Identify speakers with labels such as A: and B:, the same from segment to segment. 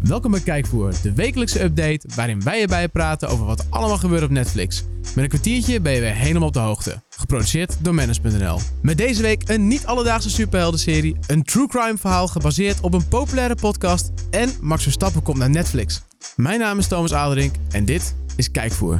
A: Welkom bij Kijkvoer, de wekelijkse update waarin wij erbij praten over wat allemaal gebeurt op Netflix. Met een kwartiertje ben je weer helemaal op de hoogte. Geproduceerd door Manus.nl. Met deze week een niet-alledaagse superheldenserie, een true crime verhaal gebaseerd op een populaire podcast en Max Verstappen komt naar Netflix. Mijn naam is Thomas Aderink en dit is Kijkvoer.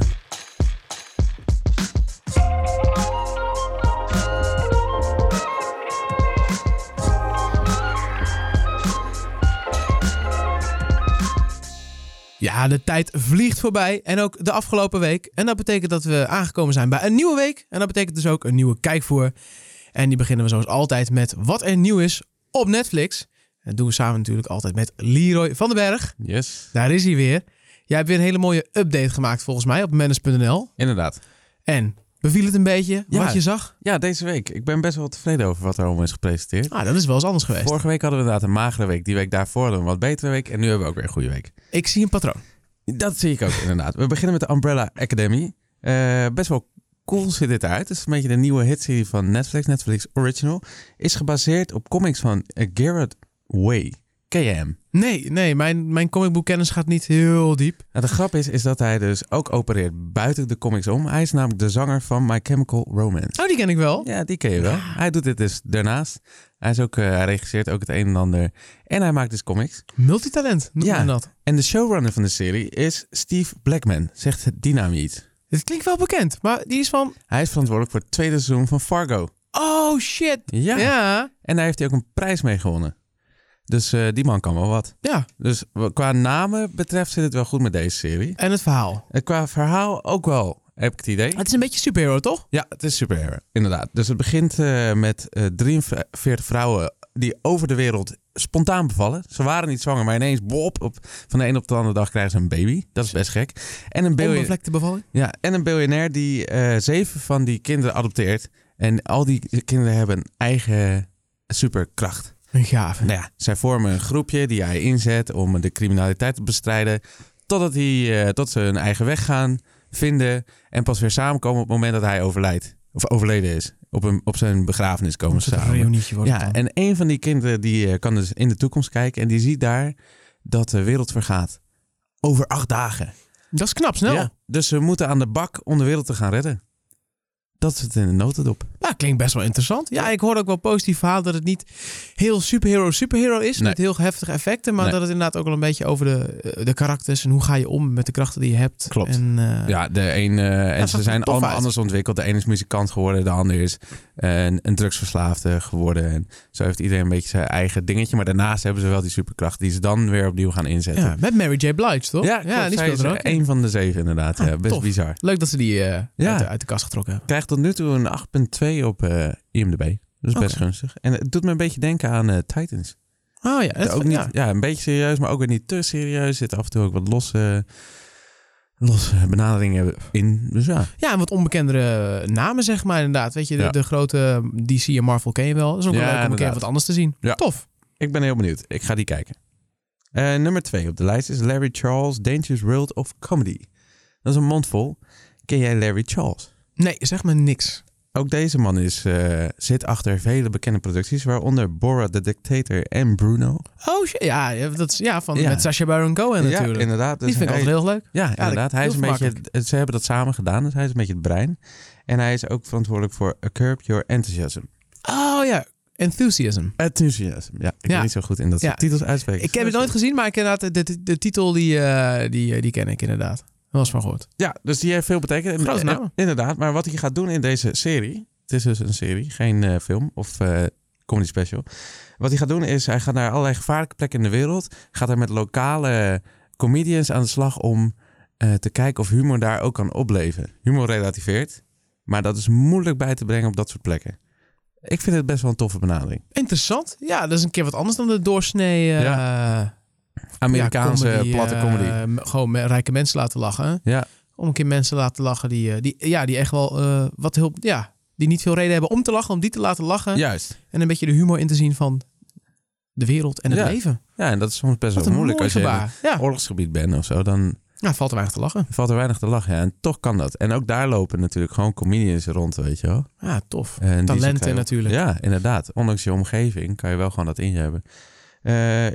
A: Ja, de tijd vliegt voorbij en ook de afgelopen week. En dat betekent dat we aangekomen zijn bij een nieuwe week. En dat betekent dus ook een nieuwe kijkvoer. En die beginnen we zoals altijd met wat er nieuw is op Netflix. En dat doen we samen natuurlijk altijd met Leroy van den Berg.
B: Yes.
A: Daar is hij weer. Jij hebt weer een hele mooie update gemaakt volgens mij op manus.nl.
B: Inderdaad.
A: En beviel het een beetje
B: Ja.
A: wat je zag?
B: Ja, deze week. Ik ben best wel tevreden over wat er allemaal is gepresenteerd.
A: Ah, dat is wel eens anders geweest.
B: Vorige week hadden we inderdaad een magere week. Die week daarvoor hadden we een wat betere week. En nu hebben we ook weer een goede week.
A: Ik zie een patroon.
B: Dat zie ik ook inderdaad. We beginnen met de Umbrella Academy. Eh, best wel cool ziet dit eruit. Het is een beetje de nieuwe hitserie van Netflix, Netflix Original. Is gebaseerd op comics van eh, Garrett Way. Ken je hem?
A: Nee, nee, mijn, mijn comicboekkennis gaat niet heel diep.
B: Nou, de grap is, is dat hij dus ook opereert buiten de comics om. Hij is namelijk de zanger van My Chemical Romance.
A: Oh, die ken ik wel.
B: Ja, die ken je wel. Hij doet dit dus daarnaast. Hij, is ook, eh, hij regisseert ook het een en ander. En hij maakt dus comics.
A: Multitalent noemt
B: Ja.
A: men dat.
B: En de showrunner van de serie is Steve Blackman. Zegt het die naam je iets?
A: Het klinkt wel bekend, maar die is van...
B: Hij is verantwoordelijk voor het tweede seizoen van Fargo.
A: Oh, shit.
B: Ja.
A: Ja.
B: En daar heeft hij ook een prijs mee gewonnen. Dus eh, die man kan wel wat.
A: Ja.
B: Dus w- qua namen betreft zit het wel goed met deze serie.
A: En het verhaal.
B: En qua verhaal ook wel, heb ik het idee.
A: Het is een beetje superhero, toch?
B: Ja, het is superhero, inderdaad. Dus het begint eh, met eh, 43 vrouwen die over de wereld spontaan bevallen. Ze waren niet zwanger, maar ineens, bop, op, van de een op de andere dag krijgen ze een baby. Dat is best gek. En een, biljo-
A: Onbevlekte bevalling.
B: ja, en een biljonair die eh, zeven van die kinderen adopteert. En al die kinderen hebben een eigen superkracht.
A: Een gave.
B: Nou ja, zij vormen een groepje die hij inzet om de criminaliteit te bestrijden. Totdat die, eh, tot ze hun eigen weg gaan vinden. En pas weer samenkomen op het moment dat hij overlijdt. Of overleden is. Op, een, op zijn begrafenis komen
A: Moet
B: ze
A: het een
B: samen.
A: reunietje worden
B: Ja,
A: dan.
B: en een van die kinderen die eh, kan dus in de toekomst kijken. En die ziet daar dat de wereld vergaat. Over acht dagen.
A: Dat is knap, snel. Ja.
B: Ja, dus ze moeten aan de bak om de wereld te gaan redden. Dat is het in de notendop.
A: klinkt best wel interessant. Ja, ik hoor ook wel positief verhaal dat het niet heel superhero superhero is.
B: Nee.
A: Met heel heftige effecten. Maar
B: Nee.
A: dat het inderdaad ook wel een beetje over de, eh, de karakters. En hoe ga je om met de krachten die je hebt.
B: Klopt.
A: En, eh,
B: Ja, de een. eh, en
A: zag
B: ze
A: er
B: zijn
A: tof
B: allemaal
A: uit.
B: anders ontwikkeld. De een is muzikant geworden, de ander is eh, een, een drugsverslaafde geworden. En zo heeft iedereen een beetje zijn eigen dingetje. Maar daarnaast hebben ze wel die superkracht die ze dan weer opnieuw gaan inzetten.
A: ja, met Mary J. Blige, toch?
B: klopt.
A: ja die
B: Zij
A: speelt
B: is
A: er ook.
B: Een van de zeven, inderdaad.
A: Ah,
B: ja, best
A: tof.
B: bizar.
A: Leuk dat ze die eh,
B: Ja.
A: uit, de, uit de kast getrokken hebben.
B: Krijgt tot nu toe een 8,2 op eh, IMDb. Dat is best
A: Oké.
B: gunstig. En het doet me een beetje denken aan eh, Titans.
A: Oh ja, dat,
B: ook niet,
A: ja.
B: ja. een beetje serieus, maar ook weer niet te serieus. Zit af en toe ook wat losse, losse benaderingen in. Dus ja.
A: Ja, en wat onbekendere namen, zeg maar, inderdaad. Weet je, de,
B: Ja.
A: de grote DC en Marvel ken je wel. Dat is ook
B: Ja,
A: wel leuk om een keer
B: inderdaad.
A: wat anders te zien.
B: Ja.
A: Tof.
B: Ik ben heel benieuwd. Ik ga die kijken. Eh, nummer twee op de lijst is Larry Charles, Dangerous World of Comedy. Dat is een mondvol. Ken jij Larry Charles?
A: Nee, zeg maar niks.
B: Ook deze man is, eh, zit achter vele bekende producties, waaronder Borat the Dictator en Bruno.
A: Oh, shit. ja, ja, dat is, ja, van,
B: Ja.
A: met Sacha Baron Cohen natuurlijk.
B: Ja, inderdaad.
A: Die
B: Dus
A: vind ik
B: hij-
A: altijd heel leuk.
B: Ja, inderdaad. Hij is
A: heel
B: een beetje, het- ze hebben dat samen gedaan, dus hij is een beetje het brein. En hij is ook verantwoordelijk voor A Curb Your Enthusiasm.
A: Oh ja, Enthusiasm.
B: Enthusiasm, ja. Ik
A: Ja.
B: ben niet zo goed in dat
A: Ja.
B: soort titels uitspreken.
A: Ik heb het nooit gezien, maar ik inderdaad, de, de, de titel die, eh, die, eh, die ken ik inderdaad. Wel eens van gehoord.
B: Ja, dus die heeft veel betekend.
A: Grote
B: Eh,
A: namen.
B: Inderdaad, maar wat hij gaat doen in deze serie... Het is dus een serie, geen eh, film of eh, comedy special. Wat hij gaat doen is, hij gaat naar allerlei gevaarlijke plekken in de wereld. Gaat hij met lokale comedians aan de slag om eh, te kijken of humor daar ook kan opleven. Humor relativeert, maar dat is moeilijk bij te brengen op dat soort plekken. Ik vind het best wel een toffe benadering.
A: Interessant. Ja, dat is een keer wat anders dan de doorsnee... eh,
B: Amerikaanse
A: ja, comedy,
B: platte comedy.
A: eh, m- gewoon me- rijke mensen laten lachen.
B: Ja.
A: Om een keer mensen laten lachen die, eh, die, ja, die echt wel eh, wat hulp. Ja, die niet veel reden hebben om te lachen, om die te laten lachen.
B: Juist.
A: En een beetje de humor in te zien van de wereld en het
B: Ja,
A: leven.
B: Ja, en dat is soms best
A: Wat
B: wel
A: een
B: moeilijk
A: mooi
B: als je Oh. in een
A: gebaar. Ja.
B: oorlogsgebied bent of zo. Dan
A: ja, valt er weinig te lachen.
B: Er valt er weinig te lachen. Ja. En toch kan dat. En ook daar lopen natuurlijk gewoon comedians rond, weet je wel.
A: Ja, tof.
B: En die
A: Talenten
B: zitten-
A: natuurlijk.
B: Ja, inderdaad. Ondanks je omgeving kan je wel gewoon dat in je hebben. Eh,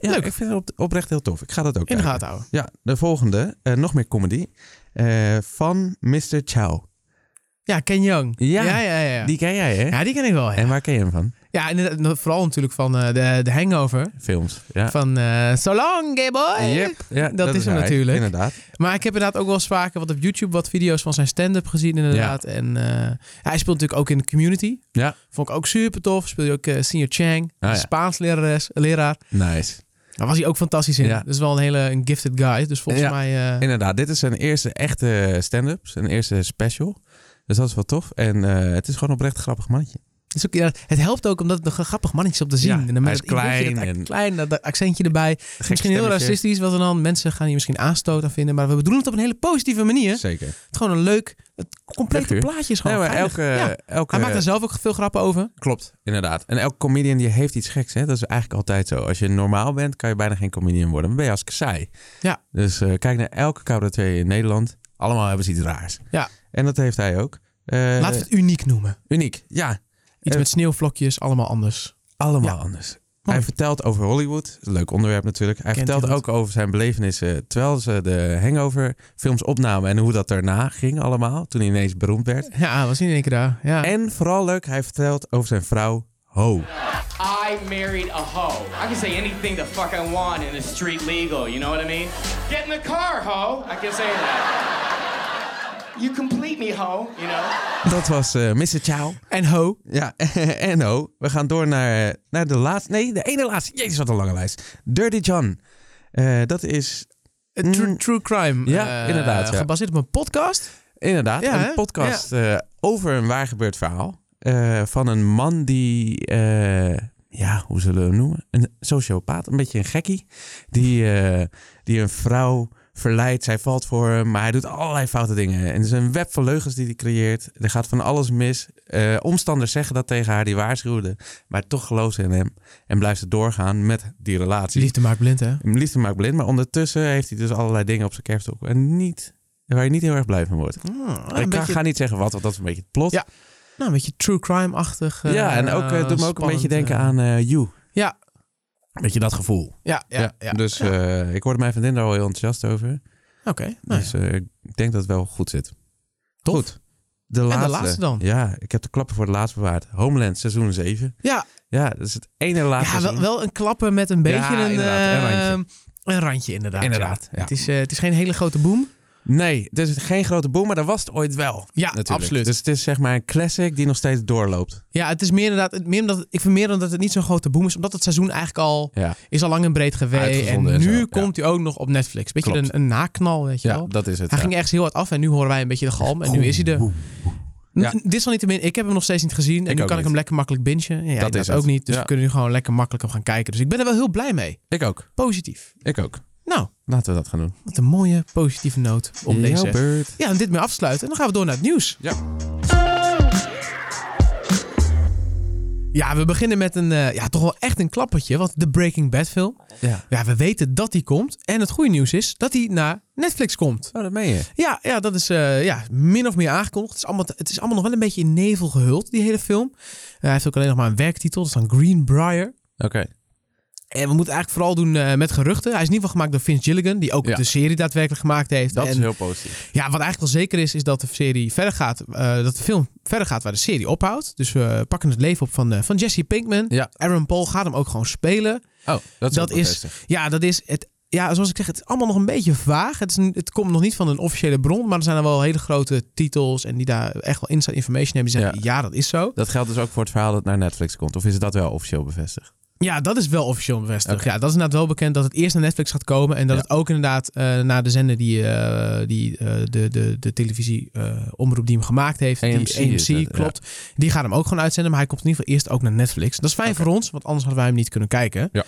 B: Ja,
A: Leuk.
B: ik vind het op, oprecht heel tof. Ik ga dat ook
A: In de
B: kijken.
A: gaten houden.
B: Ja, de volgende, eh, nog meer comedy, eh, van Mr. Chow.
A: Ja, Ken Young.
B: Ja,
A: ja, ja. ja.
B: Die ken jij, hè?
A: Ja, die ken ik wel. Ja,
B: En waar ken je hem van?
A: ja en eh, vooral natuurlijk van eh, de, de Hangover.
B: Films. Ja.
A: Van eh So long, gay boy.
B: Yep, ja,
A: Dat is hem
B: hij,
A: natuurlijk.
B: Inderdaad.
A: Maar ik heb inderdaad ook wel eens vaker wat op YouTube wat video's van zijn stand-up gezien inderdaad. En eh, hij speelt natuurlijk ook in de community.
B: Ja. Ah,
A: Vond ik ook super tof. Speelde ook eh, Senior Chang,
B: ja.
A: een Spaans lerares, leraar.
B: Nice.
A: Daar was hij ook fantastisch in.
B: Ja.
A: Dat is wel een hele een gifted guy. Dus volgens
B: Ja.
A: mij... eh,
B: Inderdaad, dit is zijn eerste echte stand-up, zijn eerste special. Dus dat is wel tof. En eh, het is gewoon oprecht een grappig mannetje.
A: is ook, ja, het helpt ook omdat het een grappig mannetje is om te zien.
B: Ja,
A: en dan
B: hij
A: met
B: is
A: dat
B: klein
A: inkopje, dat,
B: en-
A: klein, dat, dat accentje erbij.
B: Gek
A: Misschien heel
B: stemmetje.
A: racistisch, wat dan dan. Mensen gaan hier misschien aanstoot aan vinden. Maar we bedoelen het op een hele positieve manier. Het
B: Zeker.
A: is gewoon een leuk... Het complete
B: Leuk, hè?
A: plaatje is
B: Nee,
A: gewoon
B: maar
A: geinig.
B: elke,
A: Ja.
B: elke,
A: Hij maakt daar zelf ook veel grappen over.
B: Klopt, inderdaad. En elke comedian die heeft iets geks, hè? Dat is eigenlijk altijd zo. Als je normaal bent, kan je bijna geen comedian worden. Dan ben je als saai.
A: Ja.
B: Dus eh, kijk naar elke cabaretier in Nederland. Allemaal hebben ze iets raars.
A: Ja.
B: En dat heeft hij ook. Eh,
A: Laten we het uniek noemen.
B: Uniek, ja.
A: Iets
B: Eh,
A: met sneeuwvlokjes, allemaal anders.
B: Allemaal
A: Ja.
B: anders.
A: Mooi.
B: Hij vertelt over Hollywood. Een leuk onderwerp natuurlijk. Hij
A: Kent
B: vertelt
A: iemand.
B: ook over zijn belevenissen terwijl ze de Hangover films opnamen. En hoe dat daarna ging allemaal, toen hij ineens beroemd werd.
A: Ja, was niet in één keer daar. Ja.
B: En vooral leuk, hij vertelt over zijn vrouw Ho.
C: I married a hoe. I can say anything the fuck I want in the street legal, you know what I mean? Get in the car, hoe. I can say that. You complete me, hoe, you know?
B: Dat was eh Mr. Chow.
A: En ho.
B: Ja, en oh, we gaan door naar, naar de laatste. Nee, de ene laatste. Jezus, wat een lange lijst. Dirty John. Eh, dat is
A: Een True,
B: Mm.
A: true crime.
B: Ja,
A: eh,
B: inderdaad, ja.
A: Gebaseerd op een podcast.
B: inderdaad
A: Ja,
B: een
A: hè?
B: podcast eh, over een waargebeurd verhaal. eh, van een man die, eh, ja, hoe zullen we hem noemen? Een sociopaat, een beetje een gekkie. Die, eh, die een vrouw verleidt. Zij valt voor hem, maar hij doet allerlei foute dingen. En het is een web van leugens die hij creëert. Er gaat van alles mis. Eh, omstanders zeggen dat tegen haar, die waarschuwden. Maar toch gelooft ze in hem. En blijft ze doorgaan met die relatie.
A: Liefde maakt blind, hè?
B: Hem Liefde maakt blind, maar ondertussen heeft hij dus allerlei dingen op zijn kerfstok. En niet, waar je niet heel erg blij van wordt. Ah, ik
A: Ah, Oh, een
B: kan-
A: beetje-
B: ga niet zeggen wat, want dat is een beetje het plot.
A: Ja, Nou, een beetje true crime-achtig. eh,
B: Ja, en ook, eh, doet me ook een
A: spannend,
B: beetje denken
A: eh,
B: aan eh You.
A: Ja.
B: Beetje dat gevoel.
A: Ja, ja, ja.
B: Dus eh, ik hoorde mijn vriendin daar al heel enthousiast over.
A: Oké. nou
B: dus
A: ja.
B: eh, ik denk dat het wel goed zit.
A: Tof.
B: Goed. De laatste.
A: laatste dan?
B: Ja, ik heb de klappen voor het laatst bewaard. Homeland, seizoen 7.
A: Ja,
B: Ja, dat is het ene laatste
A: ja wel,
B: seizoen.
A: wel een klappen met een beetje een,
B: inderdaad, een
A: eh,
B: randje.
A: een randje, inderdaad.
B: Inderdaad, ja.
A: Het, is, eh, het is geen hele grote boom.
B: Nee, het is geen grote boom, maar dat was het ooit wel.
A: Ja,
B: Natuurlijk.
A: absoluut.
B: Dus het is zeg maar een classic die nog steeds doorloopt.
A: Ja, het is meer inderdaad... het- Meer omdat, ik vind meer dan dat het niet zo'n grote boom is. Omdat het seizoen eigenlijk al...
B: Ja,
A: is al lang en breed geweest. En
B: Uitgezonden en
A: nu
B: zo, ja.
A: komt hij ook nog op Netflix. Beetje
B: Klopt.
A: een, een naknal, weet je
B: ja
A: wel.
B: dat is het.
A: Hij
B: ja.
A: ging ergens heel hard af en nu horen wij een beetje de galm. En nu is hij er.
B: Ja.
A: N- Dit is al niet te min. Ik heb hem nog steeds niet gezien. En
B: Ik
A: nu kan
B: ook
A: ik hem
B: niet.
A: lekker makkelijk bingen. Ja, dat,
B: Dat is
A: is ook
B: het.
A: niet. Dus
B: Ja.
A: we kunnen nu gewoon lekker makkelijk hem gaan kijken. Dus ik ben er wel heel blij mee.
B: Ik ook.
A: Positief.
B: Ik ook.
A: Nou,
B: Laten we dat gaan doen.
A: wat een mooie positieve noot om
B: Jouw
A: deze...
B: beurt.
A: Ja, en dit mee afsluiten. En dan gaan we door naar het nieuws.
B: Ja.
A: Ja, we beginnen met een... eh, ja, toch wel echt een klappertje. Want de Breaking Bad film.
B: ja.
A: Ja, we weten dat die komt. En het goede nieuws is dat die naar Netflix komt.
B: Oh, dat meen je.
A: Ja, ja dat is eh, ja, min of meer aangekondigd. Het is, allemaal, het is allemaal nog wel een beetje in nevel gehuld, die hele film. Eh, hij heeft ook alleen nog maar een werktitel, dat is dan Greenbrier.
B: Oké.
A: En we moeten eigenlijk vooral doen eh, met geruchten. Hij is in ieder geval gemaakt door Vince Gilligan, die ook
B: Ja.
A: de serie daadwerkelijk gemaakt heeft.
B: Dat
A: en,
B: is heel positief.
A: Ja, wat eigenlijk wel zeker is, is dat de serie verder gaat, eh, dat de film verder gaat waar de serie ophoudt. Dus we pakken het leven op van, eh, van Jesse Pinkman.
B: Ja.
A: Aaron Paul gaat hem ook gewoon spelen.
B: Oh, dat is,
A: Dat
B: ook
A: is-
B: bevestigd.
A: Ja, dat is het. Ja, zoals ik zeg, het is allemaal nog een beetje vaag. Het, is, een- het komt nog niet van een officiële bron, maar er zijn er wel hele grote titels en die daar echt wel inside information hebben. Die zeggen, ja. dat is zo.
B: Dat geldt dus ook voor het verhaal dat naar Netflix komt. Of is dat wel officieel bevestigd?
A: Ja, dat is wel officieel bevestigd. Ja, dat is inderdaad wel bekend dat het eerst naar Netflix gaat komen en dat
B: Ja.
A: het ook inderdaad eh, naar de zender die, eh, die eh, de, de, de televisie eh, omroep die hem gemaakt heeft,
B: AMC
A: die
B: is dat,
A: AMC,
B: ja.
A: klopt, die gaat hem ook gewoon uitzenden. Maar hij komt in ieder geval eerst ook naar Netflix. Dat is fijn voor ons, want anders hadden wij hem niet kunnen kijken.
B: Ja.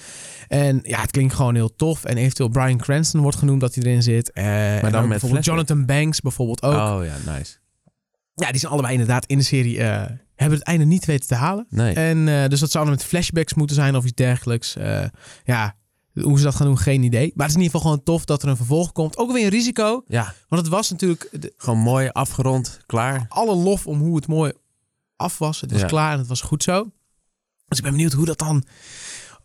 A: En ja, het klinkt gewoon heel tof. En eventueel Brian Cranston wordt genoemd dat hij erin zit. Eh, en
B: dan
A: ook
B: met
A: bijvoorbeeld
B: Flashback.
A: Jonathan Banks bijvoorbeeld ook.
B: Oh ja, nice.
A: Ja, die zijn allebei inderdaad in de serie eh, hebben het einde niet weten te halen.
B: Nee.
A: En eh, dus dat zou dan met flashbacks moeten zijn of iets dergelijks. Eh, ja, hoe ze dat gaan doen, geen idee. Maar het is in ieder geval gewoon tof dat er een vervolg komt. Ook weer een risico,
B: ja,
A: want het was natuurlijk de-
B: gewoon mooi afgerond, klaar.
A: alle lof om hoe het mooi af was. Het was
B: Ja.
A: klaar en het was goed zo. Dus ik ben benieuwd hoe dat dan...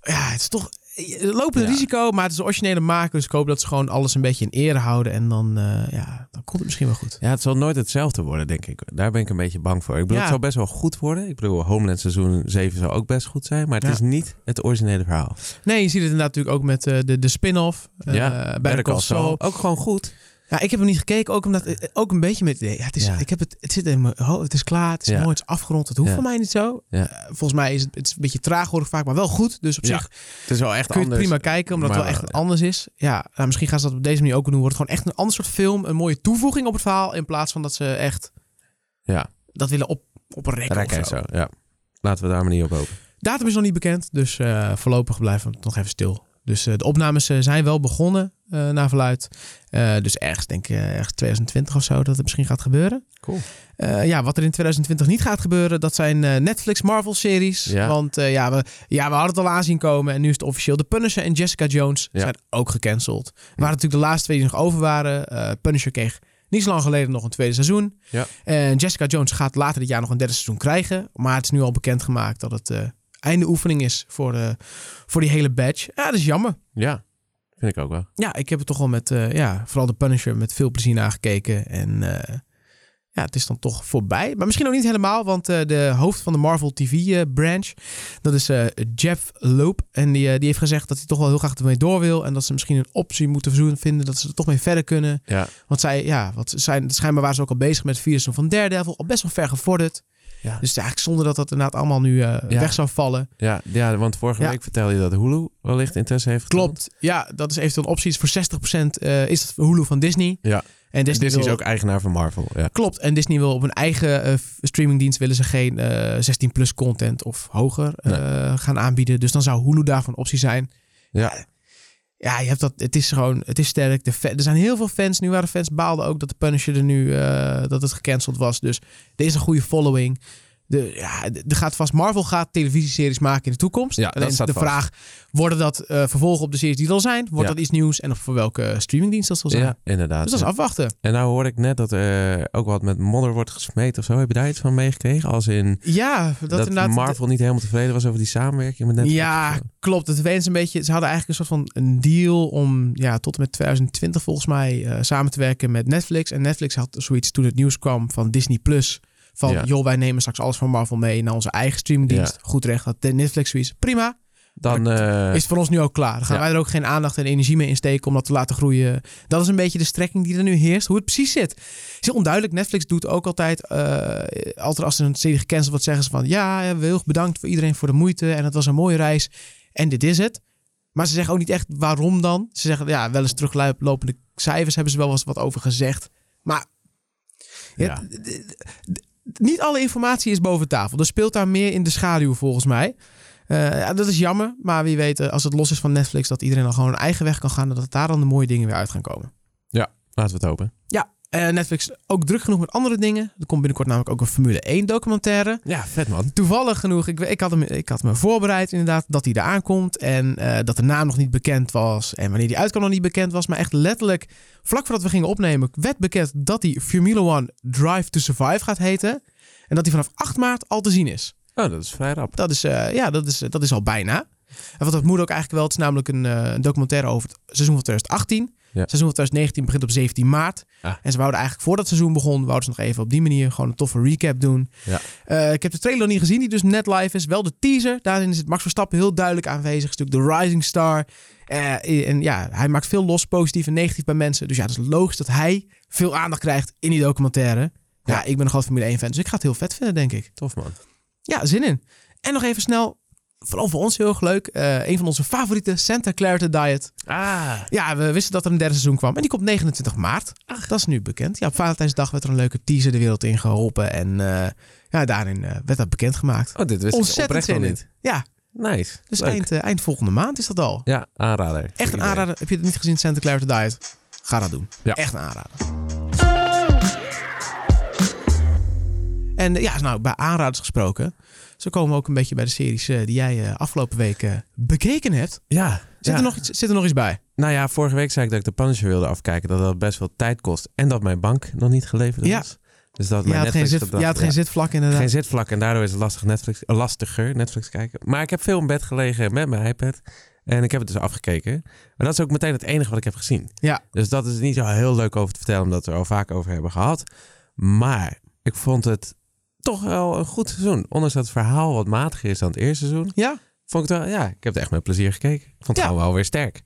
A: Ja, het is toch... eh, lopend
B: Ja.
A: risico, maar het is een originele maker. Dus ik hoop dat ze gewoon alles een beetje in ere houden. En dan, eh, ja, dan komt het misschien wel goed.
B: Ja, het zal nooit hetzelfde worden, denk ik. Daar ben ik een beetje bang voor. Ik bedoel,
A: Ja.
B: het zal best wel goed worden. Ik bedoel, Homeland seizoen 7 zou ook best goed zijn. Maar het
A: Ja.
B: is niet het originele verhaal.
A: Nee, je ziet het inderdaad natuurlijk ook met eh, de, de spin-off. eh, bij de
B: Better Call
A: console.
B: Saul. Ook gewoon goed.
A: Ja, ik heb hem niet gekeken. Ook omdat, eh, ook een beetje met het idee. Ja, het, is,
B: Ja.
A: ik heb het, het zit in mijn hoofd. Het is klaar. Het is
B: Ja.
A: mooi. Het is afgerond. Het hoeft
B: Ja.
A: voor mij niet zo.
B: Ja.
A: Eh, volgens mij is het, het is een beetje traag hoor ik vaak, maar wel goed. Dus op
B: Ja.
A: zich
B: Het is wel echt
A: kun je het
B: anders.
A: prima kijken, omdat het wel
B: maar- eh,
A: echt anders is. Ja, nou, misschien gaan ze dat op deze manier ook doen. Wordt het gewoon echt een ander soort film. Een mooie toevoeging op het verhaal. In plaats van dat ze echt
B: Ja,
A: dat willen op, oprekken.
B: rekken en
A: of zo.
B: zo. Ja. Laten we daar maar niet op open.
A: Datum is nog niet bekend, dus eh, voorlopig blijven we nog even stil. Dus eh, de opnames eh, zijn wel begonnen, eh naar verluid. Eh, dus ergens, denk ik, eh, ergens 2020 of zo, dat het misschien gaat gebeuren.
B: Cool.
A: Eh, ja, wat er in 2020 niet gaat gebeuren, dat zijn eh, Netflix Marvel-series.
B: Ja.
A: Want eh, ja, we, ja, we hadden het al aanzien komen en nu is het officieel. De Punisher en Jessica Jones
B: Ja.
A: zijn ook gecanceld. Waar natuurlijk de laatste twee die nog over waren. Eh, Punisher kreeg niet zo lang geleden nog een tweede seizoen.
B: Ja.
A: En Jessica Jones gaat later dit jaar nog een derde seizoen krijgen. Maar het is nu al bekendgemaakt dat het eh, einde oefening is voor, de, voor die hele badge. Ja, dat is jammer.
B: Ja, vind ik ook wel.
A: Ja, ik heb het toch wel met, eh, ja, vooral de Punisher met veel plezier nagekeken. En eh, ja, het is dan toch voorbij. Maar misschien ook niet helemaal, want eh, de hoofd van de Marvel TV-branch, dat is eh, Jeff Loeb. En die, eh, die heeft gezegd dat hij toch wel heel graag ermee door wil. En dat ze misschien een optie moeten verzoeken vinden, dat ze er toch mee verder kunnen.
B: Ja.
A: Want zij, ja, wat ze zijn, schijnbaar waren ze ook al bezig met het virussen van Daredevil, al best wel ver gevorderd.
B: Ja.
A: Dus eigenlijk zonder dat dat inderdaad allemaal nu eh,
B: Ja.
A: weg zou vallen.
B: Ja, ja, want vorige
A: Ja.
B: week vertelde je dat Hulu wellicht interesse heeft. getoond.
A: Klopt. Ja, dat is eventueel een optie. Is voor 60% eh, is dat Hulu van Disney.
B: Ja.
A: En Disney,
B: Disney is
A: wil-
B: ook eigenaar van Marvel. Ja.
A: Klopt. En Disney wil op hun eigen eh, f- streamingdienst willen ze geen 16 plus content of hoger eh, gaan aanbieden. Dus dan zou Hulu daarvoor een optie zijn.
B: Ja.
A: Ja, je hebt dat. Het is gewoon, het is sterk. De fa- er zijn heel veel fans. Nu waren fans baalden ook dat de Punisher er nu eh, dat het gecanceld was. Dus er is een goede following. De, ja, de, de gaat vast. Marvel gaat televisieseries maken in de toekomst.
B: Ja, dat
A: Alleen
B: staat
A: de
B: vast.
A: vraag: worden dat eh, vervolgen op de series die er al zijn? Wordt
B: Ja.
A: dat iets nieuws? En op voor welke streamingdienst dat zal zijn?
B: ja, inderdaad.
A: Dus dat is afwachten.
B: En nou hoor ik net dat eh ook wat met modder wordt gesmeed of zo. Heb je daar iets van meegekregen? Als in
A: Ja, dat,
B: dat,
A: inderdaad.
B: Marvel niet helemaal tevreden was over die samenwerking met Netflix?
A: ja,
B: of zo?
A: klopt. Het wees een beetje. Ze hadden eigenlijk een soort van een deal om ja, tot en met 2020 volgens mij eh, samen te werken met Netflix. En Netflix had zoiets toen het nieuws kwam van Disney Plus. Van
B: Ja.
A: joh, wij nemen straks alles van Marvel mee naar onze eigen streamingdienst. Goed recht. Had Netflix zoiets. Prima.
B: Dan, eh,
A: Is het voor ons nu ook klaar. Dan gaan
B: Ja.
A: wij er ook geen aandacht en energie mee insteken om dat te laten groeien. Dat is een beetje de strekking die er nu heerst. Hoe het precies zit. Het is heel onduidelijk. Netflix doet ook altijd, eh, altijd als er een serie gecanceld wordt, zeggen ze van ja, ja, heel erg bedankt voor iedereen voor de moeite en het was een mooie reis en dit is het. Maar ze zeggen ook niet echt waarom dan. Ze zeggen ja, wel eens teruglopende cijfers hebben ze wel eens wat over gezegd. Maar ja,
B: Ja.
A: d- d- d- niet alle informatie is boven tafel. Er speelt daar meer in de schaduw volgens mij. Eh, ja, dat is jammer, maar wie weet, eh, als het los is van Netflix, dat iedereen dan gewoon een eigen weg kan gaan en dat daar dan de mooie dingen weer uit gaan komen.
B: laten we het hopen.
A: Ja, eh, Netflix ook druk genoeg met andere dingen. Er komt binnenkort namelijk ook een Formule 1 documentaire.
B: Ja, vet man.
A: Toevallig genoeg, ik, ik, had, hem, ik had me voorbereid inderdaad dat hij eraan aankomt en eh, dat de naam nog niet bekend was en wanneer die uitkwam nog niet bekend was. Maar echt letterlijk, vlak voordat we gingen opnemen, werd bekend dat die Formule 1 Drive to Survive gaat heten. En dat hij vanaf 8 maart al te zien is.
B: Oh, dat is vrij rap.
A: Dat is, eh, ja, dat is, dat is al bijna. En want dat moet ook eigenlijk wel. Het is namelijk een eh, een documentaire over het seizoen van 2018. Het seizoen van 2019 begint op 17 maart.
B: Ah.
A: En ze wouden eigenlijk voor dat seizoen begon... wouden ze nog even op die manier gewoon een toffe recap doen.
B: Ja.
A: Eh, ik heb de trailer nog niet gezien, die dus net live is. Wel de teaser. Daarin is het Max Verstappen heel duidelijk aanwezig. Is natuurlijk de rising star. Eh, en ja, hij maakt veel los, positief en negatief bij mensen. Dus ja, het is logisch dat hij veel aandacht krijgt in die documentaire. Ja,
B: Ja.
A: ik ben een groot Formule 1-fan, dus ik ga het heel vet vinden, denk ik.
B: Tof man.
A: Ja, zin in. En nog even snel, vooral voor ons heel erg leuk. eh, een van onze favoriete Santa Clarita Diet.
B: Ah.
A: Ja, we wisten dat er een derde seizoen kwam. En die komt 29 maart. Dat is nu bekend. Ja, op Valentijnsdag werd er een leuke teaser de wereld in geholpen. En eh, ja, daarin eh, werd dat bekendgemaakt.
B: Oh, dit wist ik
A: Ontzettend
B: oprecht nog
A: zin in.
B: niet.
A: Ja,
B: Nice.
A: dus
B: Leuk.
A: eind, eh, eind volgende maand is dat al.
B: Ja, aanrader. Voor
A: Echt een
B: iedereen.
A: aanrader. Heb je het niet gezien, Santa Clarita Diet? Ga dat doen.
B: Ja.
A: Echt een aanrader. En eh, ja, nou, bij aanraders gesproken. Zo komen we ook een beetje bij de series eh, die jij eh, afgelopen week eh, bekeken hebt.
B: Ja.
A: Zit,
B: ja.
A: er nog iets, zit er nog iets bij?
B: Nou ja, vorige week zei ik dat ik de Punisher wilde afkijken. Dat dat best wel tijd kost. En dat mijn bank nog niet geleverd
A: Ja.
B: was. Dus dat
A: Je
B: mijn
A: had, geen,
B: Netflix
A: zit,
B: op
A: je
B: dat-
A: had
B: ja.
A: geen zitvlak inderdaad.
B: Geen zitvlak en daardoor is het lastig Netflix, lastiger Netflix kijken. Maar ik heb veel in bed gelegen met mijn iPad. En ik heb het dus afgekeken. Maar dat is ook meteen het enige wat ik heb gezien.
A: Ja.
B: Dus dat is niet zo heel leuk over te vertellen, omdat we er al vaak over hebben gehad. Maar ik vond het toch wel een goed seizoen. Ondanks dat het verhaal wat matiger is dan het eerste seizoen.
A: Ja.
B: Vond ik het wel, ja, ik heb het echt met plezier gekeken. Ik vond het
A: Ja.
B: gewoon wel weer sterk.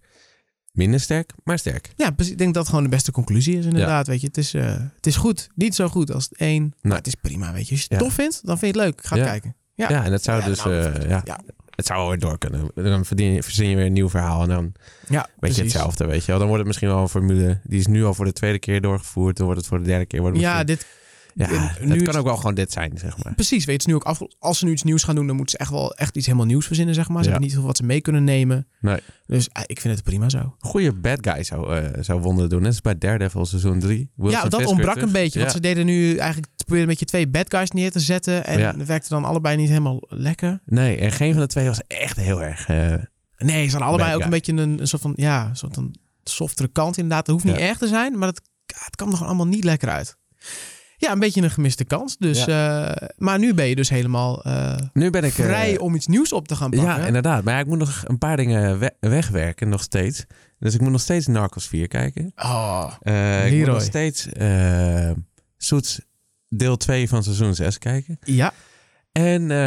B: Minder sterk, maar sterk. Nou,
A: Ja, precies. ik denk dat het gewoon de beste conclusie is inderdaad. Weet je, het is, eh, het is goed. Niet zo goed als het één, maar
B: Nee.
A: het is prima. Weet je, als je het
B: Ja.
A: tof vindt, dan vind je het leuk. Ga
B: Ja.
A: kijken. Ja.
B: Ja, en dat zou
A: Ja,
B: dus,
A: nou, dat
B: eh,
A: is goed.
B: ja,
A: Ja.
B: het zou wel weer door kunnen. Dan verdien je- verzin je weer een nieuw verhaal en dan weet
A: Ja,
B: je
A: precies.
B: hetzelfde, weet je wel. Dan wordt het misschien wel een formule, die is nu al voor de tweede keer doorgevoerd, dan wordt het voor de derde keer. Wordt het
A: Ja,
B: misschien-
A: dit,
B: ja
A: en- en
B: dat
A: nu
B: kan
A: is-
B: ook wel gewoon dit zijn, zeg maar.
A: precies. Weet je, het is nu ook af, als ze nu iets nieuws gaan doen, dan moeten ze echt wel echt iets helemaal nieuws verzinnen, zeg maar. Ze
B: Ja.
A: hebben niet heel veel wat ze mee kunnen nemen.
B: Nee.
A: Dus eh, ik vind het prima zo.
B: Goede bad guy zou, eh zou wonderen doen. Net als bij Daredevil seizoen 3.
A: ja, dat ontbrak een beetje. Want ze deden nu eigenlijk te proberen een beetje twee bad guys neer te zetten. En
B: Ja.
A: dat werkte dan allebei niet helemaal lekker.
B: Nee, en geen van de twee was echt heel erg... eh,
A: Nee, ze hadden allebei
B: Bad
A: ook een
B: guy.
A: beetje een, een soort van, ja, een soort van softere kant inderdaad. Dat hoeft niet
B: Ja.
A: erg te zijn, maar dat, ja, het kwam er gewoon allemaal niet lekker uit. Ja, een beetje een gemiste kans. Dus, eh, maar nu ben je dus helemaal eh,
B: nu ben ik... eh,
A: vrij om iets nieuws op te gaan pakken.
B: Ja, inderdaad. Maar ja, ik moet nog een paar dingen we- wegwerken, nog steeds. Dus ik moet nog steeds Narcos 4 kijken.
A: Oh,
B: Eh, ik moet
A: Leroy.
B: nog steeds eh Soets deel 2 van seizoen 6 kijken.
A: ja.
B: En eh,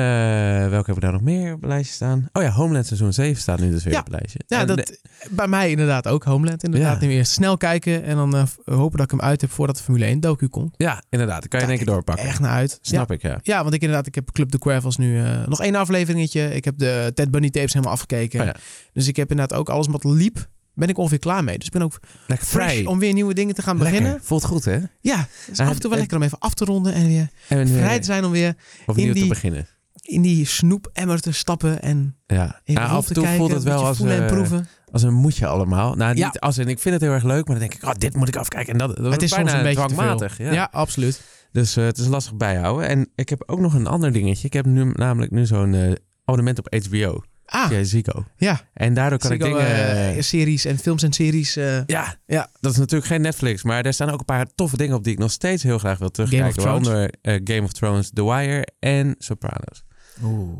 B: welke hebben we daar nog meer op het lijstje staan? Oh ja, Homeland seizoen 7 staat nu dus weer
A: Ja.
B: op het lijstje.
A: ja
B: En
A: dat, bij mij inderdaad ook. Homeland inderdaad.
B: Ja.
A: Nu eerst snel kijken en dan eh, hopen dat ik hem uit heb voordat de Formule 1 docu komt.
B: ja inderdaad. Dat kan je in één keer doorpakken.
A: Echt naar uit.
B: Snap ik, ja.
A: Ja, want ik inderdaad, ik heb Club de Quavels nu eh, nog één afleveringetje. Ik heb de Ted Bunny tapes helemaal afgekeken.
B: Oh ja.
A: Dus ik heb inderdaad ook alles wat liep, ben ik ongeveer klaar mee. Dus ik ben ook
B: Lekker
A: vrij
B: vrij.
A: om weer nieuwe dingen te gaan
B: Lekker.
A: beginnen.
B: Voelt goed, hè?
A: Ja, het is
B: Ja,
A: af en toe wel
B: het-
A: lekker om even af te ronden en weer
B: En eh,
A: vrij te zijn om weer
B: opnieuw
A: in die-
B: te beginnen.
A: in die snoepemmer te stappen en
B: Ja,
A: even
B: Ja,
A: rond
B: af en
A: te
B: toe
A: kijken,
B: voelt het
A: een beetje
B: wel als,
A: voelen en
B: eh,
A: proeven.
B: als een moetje allemaal. Nou,
A: Ja.
B: niet als in, ik vind het heel erg leuk, maar dan denk ik, oh, dit moet ik afkijken. En dat, dat
A: Het
B: wordt
A: is soms
B: bijna
A: een beetje te
B: dwangmatig.
A: veel.
B: Ja.
A: Ja. absoluut.
B: Dus eh, het is lastig bijhouden. En ik heb ook nog een ander dingetje. Ik heb nu namelijk nu zo'n eh, abonnement op HBO.
A: Ah,
B: via Zico.
A: ja.
B: En daardoor kan
A: Ziggo,
B: ik dingen...
A: eh, series en films en series. eh,
B: ja,
A: ja.
B: ja, dat is natuurlijk geen Netflix. Maar er staan ook een paar toffe dingen op die ik nog steeds heel graag wil
A: Game
B: terugkijken.
A: of Thrones.
B: Waaronder eh, Game of Thrones, The Wire en Sopranos.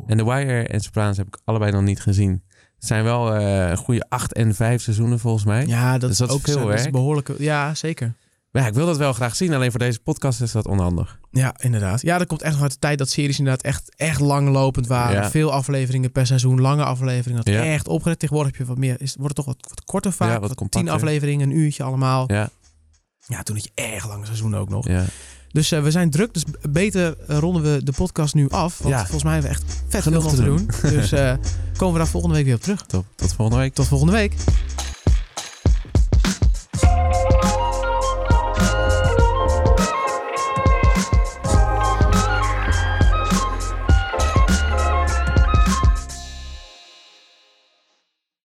B: En The Wire en Sopranos heb ik allebei nog niet gezien. Het zijn wel eh, een goede acht en vijf seizoenen volgens mij.
A: Ja, dat,
B: Dus
A: is
B: dat is
A: ook
B: veel
A: zo, dat is
B: werk.
A: behoorlijk. Ja, zeker.
B: Maar ja, ik wil dat wel graag zien. Alleen voor deze podcast is dat onhandig.
A: Ja, inderdaad. Ja, dat komt echt nog uit de tijd dat series inderdaad echt, echt langlopend waren.
B: Ja.
A: Veel afleveringen per seizoen, lange afleveringen. Dat
B: Ja.
A: echt opgericht. Tegenwoordig heb je wat meer, is, wordt het toch wat, wat korter vaak.
B: Ja, wat
A: Wat tien
B: compacter.
A: afleveringen, een uurtje allemaal. Ja.
B: Ja,
A: toen had je echt lange seizoenen ook nog.
B: ja.
A: Dus eh, we zijn druk, dus beter eh, ronden we de podcast nu af. Want
B: Ja.
A: volgens mij hebben we echt vet
B: Genoeg
A: veel nog
B: te
A: te doen. dus eh, komen we daar volgende week weer op terug.
B: Top. Tot volgende week.
A: Tot volgende week.